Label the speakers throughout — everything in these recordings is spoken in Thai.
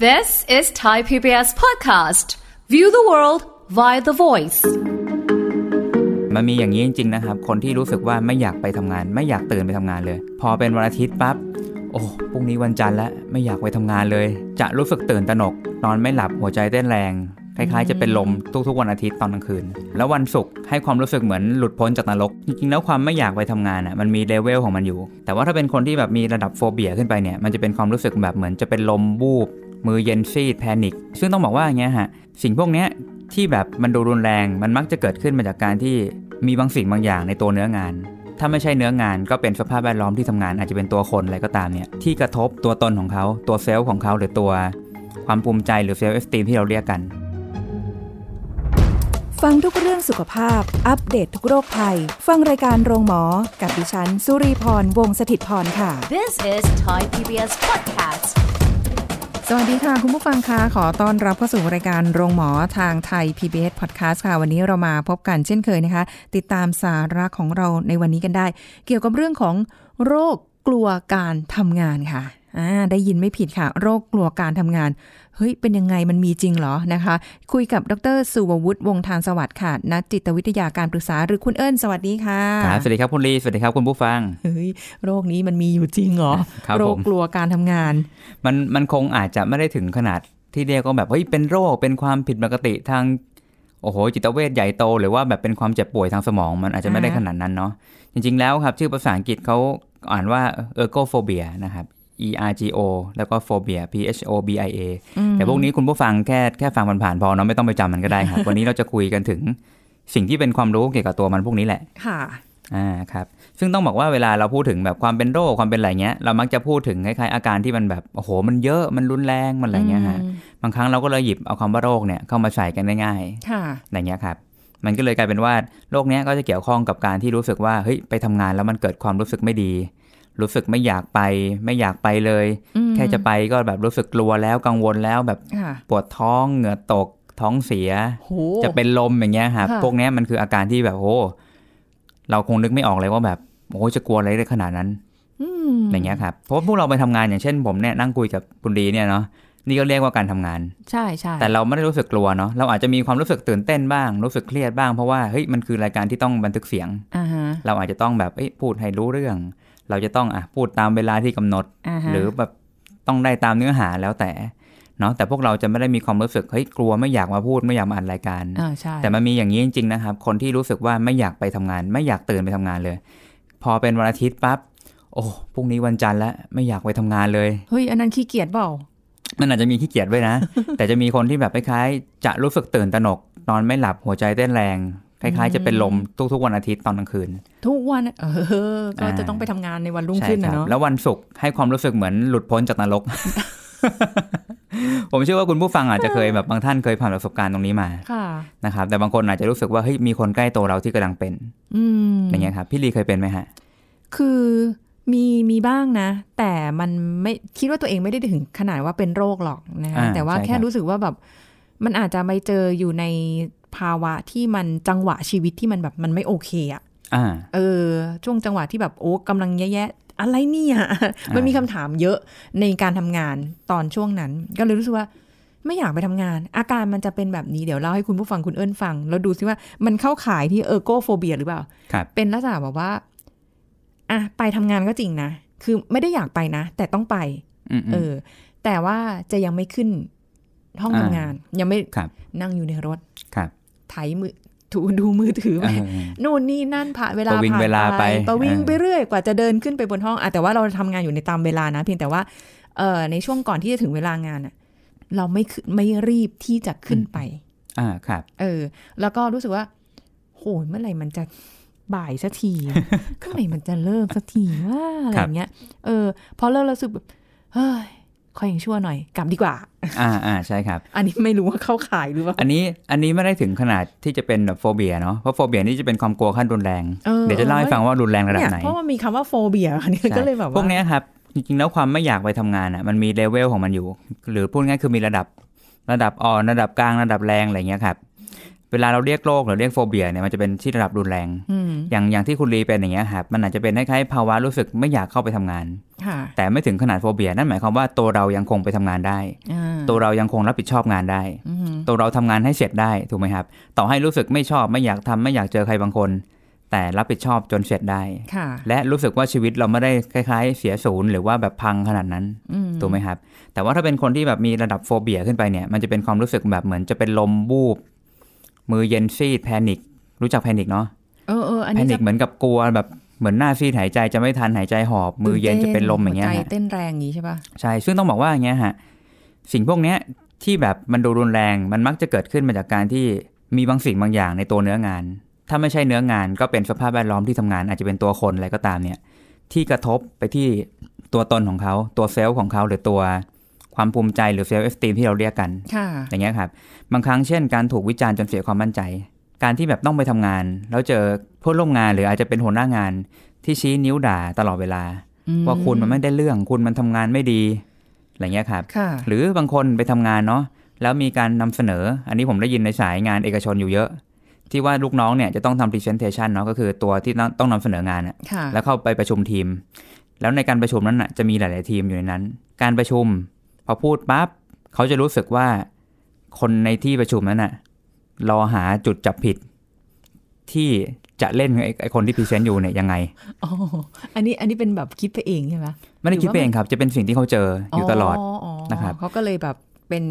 Speaker 1: This is Thai PBS podcast. View the world via the voice.
Speaker 2: มันมีอย่างนี้จริงๆนะครับ คนที่รู้สึกว่าไม่อยากไปทำงาน ไม่อยากตื่นไปทำงานเลย พอเป็นวันอาทิตย์ปั๊บ โอ้ พรุ่งนี้วันจันทร์แล้วไม่อยากไปทำงานเลย จะรู้สึกตื่นตระหนก นอนไม่หลับ หัวใจเต้นแรง คล้ายๆ จะเป็นลมทุกๆวันอาทิตย์ตอนกลางคืน แล้ววันศุกร์ให้ความรู้สึกเหมือนหลุดพ้นจากนรก จริงๆ แล้วความไม่อยากไปทำงานอ่ะ มันมีเลเวลของมันอยู่ แต่ว่าถ้าเป็นคนที่แบบมีระดับโฟเบียขึ้นไปเนี่ย มันจะเป็นความรู้สึกแบบเหมือนจะเป็นลมบูบ มือเย็นซีดแพนิค ซึ่งต้องบอกว่าอย่างเงี้ยฮะ สิ่งพวกเนี้ยที่แบบมันดูรุนแรง มันมักจะเกิดขึ้นมาจากการที่มีบางสิ่งบางอย่างในตัวเนื้องาน ถ้าไม่ใช่เนื้องานก็เป็นสภาพแวดล้อมที่ทำงานอาจจะเป็นตัวคนอะไรก็ตามเนี่ยที่กระทบตัวตนของเขาตัวเซลล์ของเขาหรือตัวความภูมิใจหรือเซลล์เอสตีมที่เราเรียกกัน
Speaker 3: ฟังทุกเรื่องสุขภาพ อัปเดตททุกโรคภัย ฟังรายการโรงหมอ กับดิฉัน สุรีพร วงศิตพรค่ะ
Speaker 1: This is Thai PBS podcast.
Speaker 4: สวัสดีค่ะ คุณผู้ฟังคะขอต้อนรับเข้าสู่รายการโรงหมอทางไทย PBS Podcast ค่ะ วันนี้เรามาพบกันเช่นเคยนะคะ ติดตามสาระของเราในวันนี้กันได้ เกี่ยวกับเรื่องของโรคกลัวการทำงานค่ะอ่าได้ยินไม่ผิดค่ะ โรคกลัวการทำงาน เฮ้ย เป็นยังไงมันมีจริงเหรอนะคะ คุยกับดรสุวัวุฒิวงศ์ทางสวัสดิ์ค่ะนักจิตวิทยาการปรึกษาหรือคุณเอิญสวัสดีค่ะ
Speaker 2: ครับสวัสดีครับคุณลีสวัสดีครับคุณผู้ฟัง
Speaker 4: เฮ้ยโรคนี้มันมีอยู่จริงเหรอ
Speaker 2: ครับผม
Speaker 4: โรคกลัวการทำงาน
Speaker 2: มันมันคงอาจจะไม่ได้ถึงขนาดที่เรียกว่าแบบเฮ้ยเป็นโรคเป็นความผิดปกติทางโอ้โหจิตเวชใหญ่โต หรือว่าแบบเป็นความเจ็บป่วยทางสมองมันอาจจะไม่ได้
Speaker 4: อ่าฮะ
Speaker 2: ขนาดนั้นเนาะจริง ๆ แล้วครับ ชื่อภาษาอังกฤษเขาอ่านว่า ergophobia นะครับ E R G O แล้วก็ phobia P H O B I A แต่พวกนี้คุณผู้ฟังแค่แค่ฟังมันผ่านๆพอเนาะไม่ต้องไปจำมันก็ได้ครับ วันนี้เราจะคุยกันถึงสิ่งที่เป็นความรู้เกี่ยวกับตัวมันพวกนี้แหละ
Speaker 4: ค่ะ
Speaker 2: อ่าครับซึ่งต้องบอกว่าเวลาเราพูดถึงแบบความเป็นโรคความเป็นอะไรเงี้ยเรามักจะพูดถึงคล้ายๆอาการที่มันแบบโอ้โหมันเยอะมันรุนแรงมันอะไรเงี้ยฮะบางครั้งเราก็เลยหยิบเอาคำว่าโรคเนี่ยเข้ามาใส่กันได้ง่าย
Speaker 4: ค่ะ
Speaker 2: อะไรเงี้ยครับมันก็เลยกลายเป็นว่าโรคเนี้ยก็จะเกี่ยวข้องกับการที่รู้สึกว่าเฮ้ยไปทำงานแล้วมันเกิดความรู้สึกไม่ดี รู้สึกไม่อยากไป ไม่อยากไปเลย
Speaker 4: อืม
Speaker 2: แค่จะไปก็แบบรู้สึกกลัวแล้วกังวลแล้วแบบ
Speaker 4: ค่ะ
Speaker 2: ปวดท้องเหงื่อตกท้องเสีย
Speaker 4: โห
Speaker 2: จะเป็นลมอย่างเงี้ยครับ
Speaker 4: ค่ะ
Speaker 2: พวกเนี้ยมันคืออาการที่แบบโอ้เราคงนึกไม่ออกเลยว่าแบบโอ้จะกลัวอะไรได้ขนาดนั้น
Speaker 4: อืม
Speaker 2: อย่างเงี้ยครับเพราะว่าพวกเราไปทำงานอย่างเช่นผมเนี่ยนั่งคุยกับคุณดีเนี่ยเนาะนี่ก็เรียกว่าการทำงาน
Speaker 4: ใช่ใช่
Speaker 2: แต่เราไม่ได้รู้สึกกลัวเนาะเราอาจจะมีความรู้สึกตื่นเต้นบ้าง รู้สึกเครียดบ้างเพราะว่าเฮ้ยมันคือรายการที่ต้องบันทึกเสียง
Speaker 4: อ่าฮะ
Speaker 2: เราอาจจะต้องแบบเอ้ยพูดให้รู้เรื่อง เราจะต้องอ่ะพูดตามเวลาที่กำหนด
Speaker 4: อ่าฮะ
Speaker 2: หรือแบบต้องได้ตามเนื้อหาแล้วแต่เนาะแต่พวกเราจะไม่ได้มีความรู้สึกเฮ้ยกลัวไม่อยากมาพูดไม่อยากมาอัดรายการ
Speaker 4: อ่าใช่
Speaker 2: แต่มันมีอย่างนี้จริงๆนะครับ คนที่รู้สึกว่าไม่อยากไปทำงาน ไม่อยากตื่นไปทำงานเลย พอเป็นวันอาทิตย์ปั๊บโอ้พรุ่งนี้วันจันทร์แล้วไม่อยากไปทำงานเลย
Speaker 4: เฮ้ยอันนั้นขี้เกียจเปล่า
Speaker 2: มันอาจจะมีขี้เกียจด้วยนะ แต่จะมีคนที่แบบคล้ายๆจะรู้สึกตื่นตระหนก นอนไม่หลับหัวใจเต้นแรง คล้ายๆ จะเป็นลมทุกๆวันอาทิตย์ตอนกลางคืน
Speaker 4: ทุกวันเออ ก็
Speaker 2: อ่า
Speaker 4: จะต้องไปทำงานในวันรุ่ง
Speaker 2: ใช่
Speaker 4: ขึ้น
Speaker 2: ค
Speaker 4: นะ
Speaker 2: รับ
Speaker 4: เนาะ
Speaker 2: แล้ววันศุกร์ให้ความรู้สึกเหมือนหลุดพ้นจากนรก ผมเชื่อว่าคุณผู้ฟังอาจจะเคยแบบบางท่านเคยผ่านประสบการณ์ตรงนี้มา
Speaker 4: ค่ะ
Speaker 2: นะครับแต่บางคนอาจจะรู้สึกว่าเฮ้ยมีคนใกล้ตัวเราที่กำลังเป็น
Speaker 4: อืม
Speaker 2: อย่างเงี้ยครับพี่ลีเคยเป็นไหมฮะ
Speaker 4: คือมีมีบ้างนะ แต่มันไม่คิดว่าตัวเองไม่ได้ถึงขนาดว่าเป็นโรคหรอกนะคะ
Speaker 2: อ่า
Speaker 4: แต่ว่า
Speaker 2: ใช่ครับ
Speaker 4: แค่รู้สึกว่าแบบ มันอาจจะไปเจออยู่ในภาวะที่มันจังหวะชีวิตที่มันแบบมันไม่โอเคอะ
Speaker 2: อ่า
Speaker 4: เออช่วงจังหวะที่แบบโอ้กำลังแย่ๆอะไรเนี่ย มันมีคำถามเยอะในการทำงานตอนช่วงนั้น ก็เลยรู้สึกว่า ไม่อยากไปทำงาน อาการมันจะเป็นแบบนี้เดี๋ยวเล่าให้คุณผู้ฟังคุณเอิญฟัง แล้วดูซิว่ามันเข้าข่ายที่เออโกโฟเบียหรือเปล่า
Speaker 2: ครับ
Speaker 4: เป็นลักษณะแบบว่าอ่ะไปทำงานก็จริงนะ คือไม่ได้อยากไปนะ แต่ต้องไป
Speaker 2: อืมๆ
Speaker 4: เออ แต่ว่าจะยังไม่ขึ้นห้อง
Speaker 2: อ่า
Speaker 4: ทำงาน ยังไม่
Speaker 2: ครับ
Speaker 4: นั่งอยู่ในรถ
Speaker 2: ครับ
Speaker 4: ไถมือถูดูมือถือไป
Speaker 2: เออ
Speaker 4: นู่นนี่นั่นผ่านเวลา
Speaker 2: ประวิง
Speaker 4: ผ่าน
Speaker 2: เวลาไป
Speaker 4: ประวิง
Speaker 2: เออ
Speaker 4: ไปเรื่อยกว่าจะเดินขึ้นไปบนห้องอะแต่ว่าเราทำงานอยู่ในตามเวลานะ เพียงแต่ว่าเอ่อในช่วงก่อนที่จะถึงเวลางานอะเราไม่ขึ้นไม่รีบที่จะขึ้นไป
Speaker 2: อ่าครับ
Speaker 4: เออ แล้วก็รู้สึกว่า โหยเมื่อไหร่มันจะบ่ายสักที เมื่อไหร่มันจะเลิกสักทีว่าอะไรอย่างเงี้ย เออ พอเลิกแล้วรู้สึกแบบเฮ้ยคอยอย่างชั่วหน่อย กลับดีกว่า
Speaker 2: อ่าอ่าใช่ครับ
Speaker 4: อันนี้ไม่รู้ว่าเข้าขายหรือเปล่า
Speaker 2: อันนี้อันนี้ไม่ได้ถึงขนาดที่จะเป็นแบบโฟเบียเนาะเพราะโฟเบียนี่จะเป็นความกลัวขั้นรุนแรง
Speaker 4: เออ
Speaker 2: เดี๋ยวจะเล่าให้ฟังว่ารุนแรงระดับ
Speaker 4: เนี่ย
Speaker 2: ไหน
Speaker 4: เพราะมันมีคำว่าโฟเบียอันนี้
Speaker 2: ใช่
Speaker 4: ก็เลยแบบ
Speaker 2: พว
Speaker 4: ว่า
Speaker 2: กเนี้ยครับจริงๆแล้วความไม่อยากไปทำงานอ่ะมันมีเลเวลของมันอยู่ หรือพูดง่ายคือมีระดับ ระดับอ่อนระดับกลางระดับแรงอะไรเงี้ยครับ เวลาเราเรียกโรคหรือเรียกโฟเบียเนี่ยมันจะเป็นที่ระดับรุนแรง
Speaker 4: อืม
Speaker 2: อย่างอย่างที่คุณลีเป็นอย่างเงี้ยครับมันอาจจะเป็นคล้ายๆภาวะรู้สึกไม่อยากเข้าไปทำงาน
Speaker 4: ค่ะ
Speaker 2: แต่ไม่ถึงขนาดโฟเบียนั่นหมายความว่าตัวเรายังคงไปทำงานได้
Speaker 4: อ่า
Speaker 2: ตัวเรายังคงรับผิดชอบงานได้
Speaker 4: อืม
Speaker 2: ตัวเราทำงานให้เสร็จได้ถูกไหมครับ ต่อให้รู้สึกไม่ชอบไม่อยากทำไม่อยากเจอใครบางคน แต่รับผิดชอบจนเสร็จได้
Speaker 4: ค่ะ
Speaker 2: และรู้สึกว่าชีวิตเราไม่ได้คล้าย ๆ เสียศูนย์หรือว่าแบบพังขนาดนั้น
Speaker 4: อืม
Speaker 2: ถูกไหมครับ แต่ว่าถ้าเป็นคนที่แบบมีระดับโฟเบียขึ้นไปเนี่ยมันจะเป็นความรู้สึกแบบเหมือนจะเป็นลมบูบ มือเย็นซีดแพนิครู้จักแพนิคเนาะ
Speaker 4: เออเอออัน
Speaker 2: แพ
Speaker 4: นี้
Speaker 2: นิ
Speaker 4: จะ
Speaker 2: คเหมือนกับกลัวแบบเหมือนหน้าซีดหายใจจะไม่ทันหายใจหอบ มือเย็นจะเป็นลมอย่างเงี้ย
Speaker 4: หัว
Speaker 2: ฮะ
Speaker 4: ใจเต้นแรงอย่างงี้ใช่ป่ะ
Speaker 2: ใช่ซึ่งต้องบอกว่าอย่างเงี้ยฮะสิ่งพวกเนี้ยที่แบบมันดูรุนแรงมันมักจะเกิดขึ้นมาจากการที่มีบางสิ่งบางอย่างในตัวเนื้องาน ถ้าไม่ใช่เนื้องานก็เป็นสภาพแวดล้อมที่ทำงานอาจจะเป็นตัวคนอะไรก็ตามเนี่ยที่กระทบไปที่ตัวตนของเขา ตัวเซลล์ของเขาหรือตัวความภูมิใจหรือเซลล์เอฟตีมที่เราเรียกกัน
Speaker 4: ค่ะ
Speaker 2: อย่างเงี้ยครับบางครั้งเช่นการถูกวิจารณ์จนเสียความมั่นใจ การที่แบบต้องไปทำงาน แล้วเจอเพื่อนร่วมงานหรืออาจจะเป็นหัวหน้างาน ที่ชี้นิ้วด่าตลอดเวลา ว่าคุณมันไม่ได้เรื่องคุณมันทำงานไม่ดีอะไรเงี้ยครับ
Speaker 4: ค่ะ
Speaker 2: หรือบางคนไปทำงานเนาะแล้วมีการนำเสนอ อันนี้ผมได้ยินในสายงานเอกชนอยู่เยอะ ที่ว่าลูกน้องเนี่ยจะต้องทำ presentation เนาะก็คือตัวที่ต้องต้องนำเสนองานอะ
Speaker 4: ค่ะ
Speaker 2: แล้วเข้าไปประชุมทีม แล้วในการประชุมนั้นน่ะจะมีหลาย ๆ ทีมอยู่ในนั้น การประชุม พอพูดปั๊บเขาจะรู้สึกว่าคนในที่ประชุมนั้นน่ะรอหาจุดจับผิด ที่จะเล่นไอ้ไอ้คนที่พรีเซนต์อยู่เนี่ยยังไง
Speaker 4: อ๋อ อันนี้ อันนี้เป็นแบบคิดไปเองใช่ไหม
Speaker 2: ไม่ได้คิดไปเองครับ จะเป็นสิ่งที่เขาเจออยู่ตลอด นะครับ
Speaker 4: เขาก็เลยแบบเป็น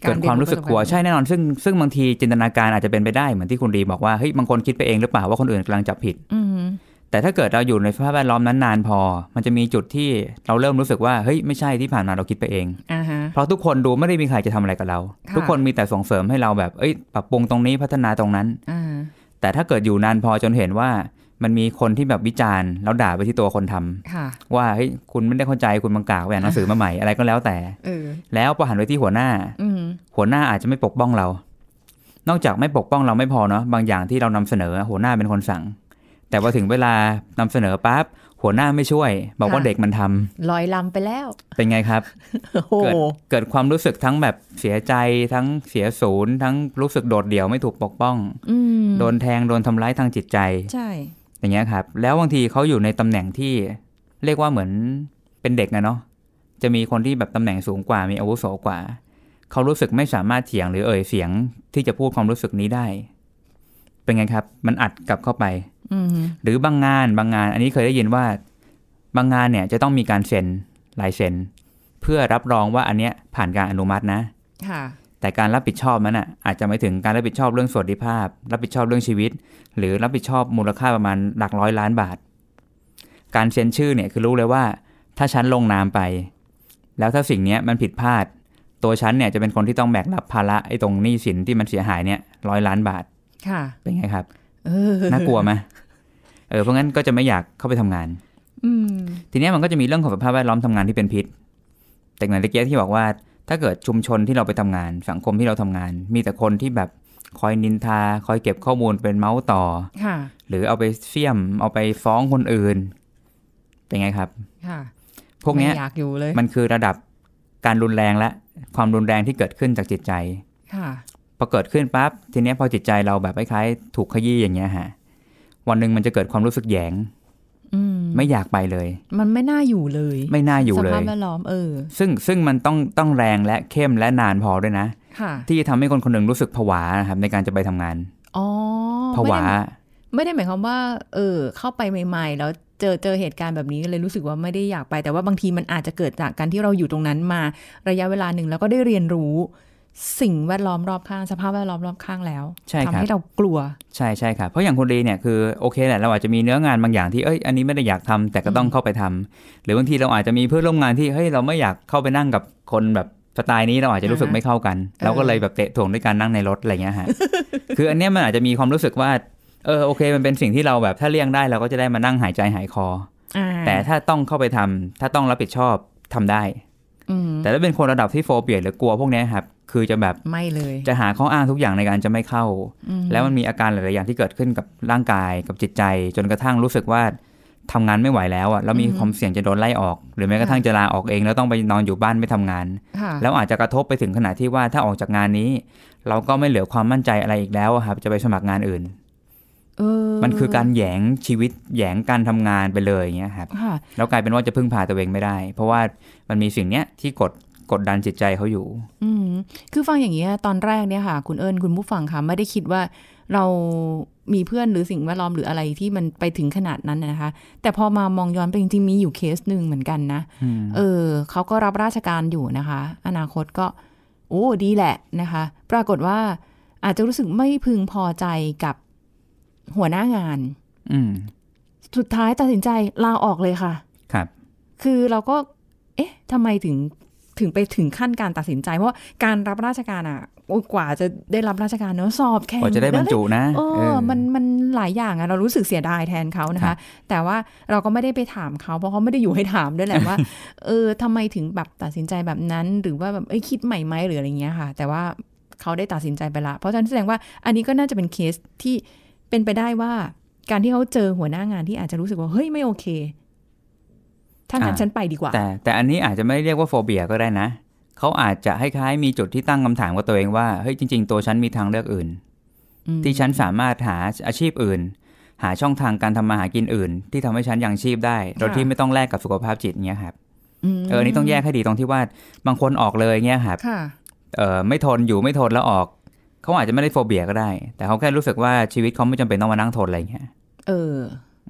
Speaker 2: เกิดความรู้สึกกลัว
Speaker 4: เยน
Speaker 2: ใช่แน่นอนซึ่งซึ่งบางทีจินตนาการอาจจะเป็นไปได้เหมือนที่คุณดีบอกว่าเฮ้ยบางคนคิดไปเองหรือเปล่าว่าคนอื่นกำลังจับผิด
Speaker 4: อืม
Speaker 2: แต่ถ้าเกิดเราอยู่ในสภาพแวดล้อมนั้นนานพอ มันจะมีจุดที่เราเริ่มรู้สึกว่าเฮ้ยไม่ใช่ที่ผ่านมาเราคิดไปเอง
Speaker 4: อ่าฮะ
Speaker 2: เพราะทุกคนดูไม่ได้มีใครจะทำอะไรกับเรา
Speaker 4: ค่ะ
Speaker 2: ทุกคนมีแต่ส่งเสริมให้เราแบบ เอ้ย ปรับปรุงตรงนี้พัฒนาตรงนั้น
Speaker 4: อ่า
Speaker 2: แต่ถ้าเกิดอยู่นานพอจนเห็นว่า มันมีคนที่แบบวิจารณ์แล้วด่าไปที่ตัวคนทำ
Speaker 4: ค่ะ
Speaker 2: ว่าเฮ้ยคุณไม่ได้เข้าใจคุณบังกากไปอ่านหนังสือมาใหม่ อะไรก็แล้วแต่
Speaker 4: เออ
Speaker 2: แล้วพอหันไปที่หัวหน้า
Speaker 4: อืม
Speaker 2: หัวหน้าอาจจะไม่ปกป้องเรา นอกจากไม่ปกป้องเราไม่พอเนาะบางอย่างที่เรานำเสนอหัวหน้าเป็นคนสั่ง แต่พอถึงเวลานำเสนอปั๊บหัวหน้าไม่ช่วย บอกว่าเด็กมันทำ
Speaker 4: ลอยลำไปแล้ว
Speaker 2: เป็นไงครับ
Speaker 4: โอ้โห
Speaker 2: เกิดเกิดความรู้สึกทั้งแบบเสียใจทั้งเสียศูนย์ ทั้งรู้สึกโดดเดี่ยวไม่ถูกปกป้อง
Speaker 4: อืม
Speaker 2: โดนแทงโดนทำร้ายทางจิตใจ
Speaker 4: ใช่
Speaker 2: อย่างเงี้ยครับ แล้วบางทีเขาอยู่ในตำแหน่งที่เรียกว่าเหมือนเป็นเด็กนะเนาะจะมีคนที่แบบตำแหน่งสูงกว่ามีอาวุโสกว่า เขารู้สึกไม่สามารถเถียงหรือเอ่ยเสียงที่จะพูดความรู้สึกนี้ได้ เป็นไงครับ มันอัดกลับเข้าไป
Speaker 4: อืม
Speaker 2: หรือบางงานบางงาน อันนี้เคยได้ยินว่า บางงานเนี่ยจะต้องมีการเซ็นลายเซ็น เพื่อรับรองว่าอันเนี้ยผ่านการอนุมัตินะ
Speaker 4: ค่ะ
Speaker 2: แต่การรับผิดชอบมันอ่ะอาจจะไม่ถึงการรับผิดชอบเรื่องสวัสดิภาพ รับผิดชอบเรื่องชีวิต หรือรับผิดชอบมูลค่าประมาณหลักร้อยล้านบาท การเซ็นชื่อเนี่ยคือรู้เลยว่า ถ้าฉันลงนามไป แล้วถ้าสิ่งเนี้ยมันผิดพลาด ตัวฉันเนี่ยจะเป็นคนที่ต้องแบกรับภาระไอ้ตรงหนี้สินที่มันเสียหายเนี่ยร้อยล้านบาท
Speaker 4: ค่ะ
Speaker 2: เป็นไงครับ
Speaker 4: เออ
Speaker 2: น่ากลัวไหมเออเพราะงั้นก็จะไม่อยากเข้าไปทำงาน
Speaker 4: อืม
Speaker 2: ทีเนี้ยมันก็จะมีเรื่องของสภาพแวดล้อมทำงานที่เป็นพิษ แต่เหมือนตะเกียบที่บอกว่า ถ้าเกิดชุมชนที่เราไปทำงาน สังคมที่เราทำงาน มีแต่คนที่แบบคอยนินทา คอยเก็บข้อมูลเป็นเมาส์ต่อ
Speaker 4: ค่ะ
Speaker 2: หรือเอาไปเสี่ยม เอาไปฟ้องคนอื่น เป็นไงครับ
Speaker 4: ค่ะ
Speaker 2: พวกเนี้ย
Speaker 4: ไม่อยากอยู่เลย
Speaker 2: มันคือระดับการรุนแรงและความรุนแรงที่เกิดขึ้นจากจิตใจ
Speaker 4: ค่ะ
Speaker 2: พอเกิดขึ้นปั๊บทีเนี้ยพอจิตใจเราแบบคล้ายๆถูกขยี้อย่างเงี้ยฮะวันหนึ่งมันจะเกิดความรู้สึกแหยง
Speaker 4: อืม
Speaker 2: ไม่อยากไปเลย
Speaker 4: มันไม่น่าอยู่เลย
Speaker 2: ไม่น่าอยู่เล
Speaker 4: สภาพ
Speaker 2: ย
Speaker 4: แวดล้อมเออ
Speaker 2: ซึ่งซึ่งมันต้องต้องแรงและเข้มและนานพอด้วยนะ
Speaker 4: ค่ะ
Speaker 2: ที่ทำให้คนคนหนึ่งรู้สึกผวานะครับในการจะไปทำงาน
Speaker 4: อ๋อ
Speaker 2: ผ
Speaker 4: ไม่
Speaker 2: วา
Speaker 4: ได้ ไม่ได้หมายความว่า เออ เข้าไปใหม่ ๆ แล้วเจอเจอเหตุการณ์แบบนี้ก็เลยรู้สึกว่าไม่ได้อยากไป แต่ว่าบางทีมันอาจจะเกิดจากการที่เราอยู่ตรงนั้นมาระยะเวลาหนึ่งแล้วก็ได้เรียนรู้ สิ่งแวดล้อมรอบข้างสภาพแวดล้อมรอบข้างแล้ว
Speaker 2: ใช่ครับ
Speaker 4: ทำให้เรากลัว
Speaker 2: ใช่ใช่ครับเพราะอย่างคนดีเนี่ยคือโอเคแหละเราอาจจะมีเนื้องานบางอย่างที่เอ้ยอันนี้ไม่ได้อยากทำแต่ก็ต้องเข้าไปทำหรือบางทีเราอาจจะมีเพื่อนร่วมงานที่เฮ้ยเราไม่อยากเข้าไปนั่งกับคนแบบสไตล์นี้เราอาจจะรู้สึก
Speaker 4: อ่าฮะ
Speaker 2: ไม่เข้ากัน
Speaker 4: เออ
Speaker 2: เราก็เลยแบบเตะถ่วงด้วยการนั่งในรถอะไรเงี้ยฮะ คืออันเนี้ยมันอาจจะมีความรู้สึกว่าเออโอเค มันเป็นสิ่งที่เราแบบถ้าเลี่ยงได้เราก็จะได้มานั่งหายใจหายคอ
Speaker 4: อ่า
Speaker 2: แต่ถ้าต้องเข้าไปทำถ้าต้องรับผิดชอบทำได้
Speaker 4: อืม
Speaker 2: แต่ถ้าเป็นคนระดับที่โฟเบียหรือกลัวพวกเนี้ยครับ คือจะแบบ
Speaker 4: ไม่เลย
Speaker 2: จะหาข้ออ้างทุกอย่างในการจะไม่เข้า
Speaker 4: อื
Speaker 2: แล้วมันมีอาการหลาย ๆ อย่างที่เกิดขึ้นกับร่างกายกับจิตใจ จนกระทั่งรู้สึกว่า ทำงานไม่ไหวแล้วอะแล้วมี
Speaker 4: อือฮึ
Speaker 2: ความเสี่ยงจะโดนไล่ออก หรือแม้กระทั่งจะลาออกเอง แล้วต้องไปนอนอยู่บ้านไม่ทำงาน
Speaker 4: ค่ะ
Speaker 2: แล้วอาจจะกระทบไปถึงขนาดที่ว่าถ้าออกจากงานนี้ เราก็ไม่เหลือความมั่นใจอะไรอีกแล้วอะครับจะไปสมัครงานอื่น
Speaker 4: เอ
Speaker 2: มันคือการแหยงชีวิตแหยงการทำงานไปเลยอย่างเงี้ยครับ
Speaker 4: ค่ะ
Speaker 2: แล้วกลายเป็นว่าจะพึ่งพาตัวเองไม่ได้ เพราะว่ามันมีสิ่งเนี้ยที่กดกดดันจิตใจเขาอยู่
Speaker 4: อืมคือฟังอย่างนี้ยตอนแรกเนี่ยค่ะ คุณเอิญคุณผู้ฟังค่ะไม่ได้คิดว่าเรามีเพื่อนหรือสิ่งแวดล้อมหรืออะไรที่มันไปถึงขนาดนั้นน่ะนะคะ แต่พอมามองย้อนไปจริงๆมีอยู่เคสหนึ่งเหมือนกันนะ เออเขาก็รับราชการอยู่นะคะ อนาคตก็ โอ้ดีแหละนะคะ ปรากฏว่าอาจจะรู้สึกไม่พึงพอใจกับหัวหน้างาน
Speaker 2: อืม
Speaker 4: สุดท้ายตัดสินใจลาออกเลยค่ะ
Speaker 2: ครับ
Speaker 4: คือเราก็ เอ๊ะทำไมถึง ถึงไปถึงขั้นการตัดสินใจ เพราะว่าการรับราชการอ่ะโอ้ยกว่าจะได้รับราชการเนอะสอบแข่ง
Speaker 2: กว่าจะได้บรรจุนะ
Speaker 4: เอ
Speaker 2: เอ
Speaker 4: อ
Speaker 2: อ
Speaker 4: มัน มันหลายอย่างอะเรารู้สึกเสียดายแทนเขานะ
Speaker 2: ครั
Speaker 4: คะ
Speaker 2: บ
Speaker 4: แต่ว่าเราก็ไม่ได้ไปถามเขา เพราะเขาไม่ได้อยู่ให้ถามด้วยแหละ ว่า เออทำไมถึงแบบตัดสินใจแบบนั้น หรือว่าแบบ เอ้ย คิดใหม่ไหมหรืออะไรเงี้ยค่ะ แต่ว่าเขาได้ตัดสินใจไปละ เพราะฉะนั้นแสดงว่า อันนี้ก็น่าจะเป็นเคสที่เป็นไปได้ว่า การที่เขาเจอหัวหน้างานที่อาจจะรู้สึกว่า เฮ้ย ไม่โอเค ถ้างั้นฉันไปดีกว่า
Speaker 2: แต่แต่อันนี้อาจจะไม่ได้เรียกว่าโฟเบียก็ได้นะ เขาอาจจะคล้ายๆมีจุดที่ตั้งคำถามกับตัวเองว่า เฮ้ยจริง ๆ ตัวฉันมีทางเลือกอื่น
Speaker 4: อืม
Speaker 2: ที่ฉันสามารถหาอาชีพอื่น หาช่องทางการทำมาหากินอื่น ที่ทำให้ฉันยังชีพได้ โดยที่ไม่ต้องแลกกับสุขภาพจิตเงี้ยครับ
Speaker 4: ม
Speaker 2: เอออนนี่ต้องแยกให้ดีตรงที่ว่าบางคนออกเลยเงี้ยครับ
Speaker 4: ค่ะ
Speaker 2: เออไม่ทนอยู่ไม่ทนแล้วออก เขาอาจจะไม่ได้โฟเบียก็ได้ แต่เขาแค่รู้สึกว่าชีวิตเขาไม่จำเป็นต้องมานั่งทนอะไรอย่างเงี้ย
Speaker 4: เออ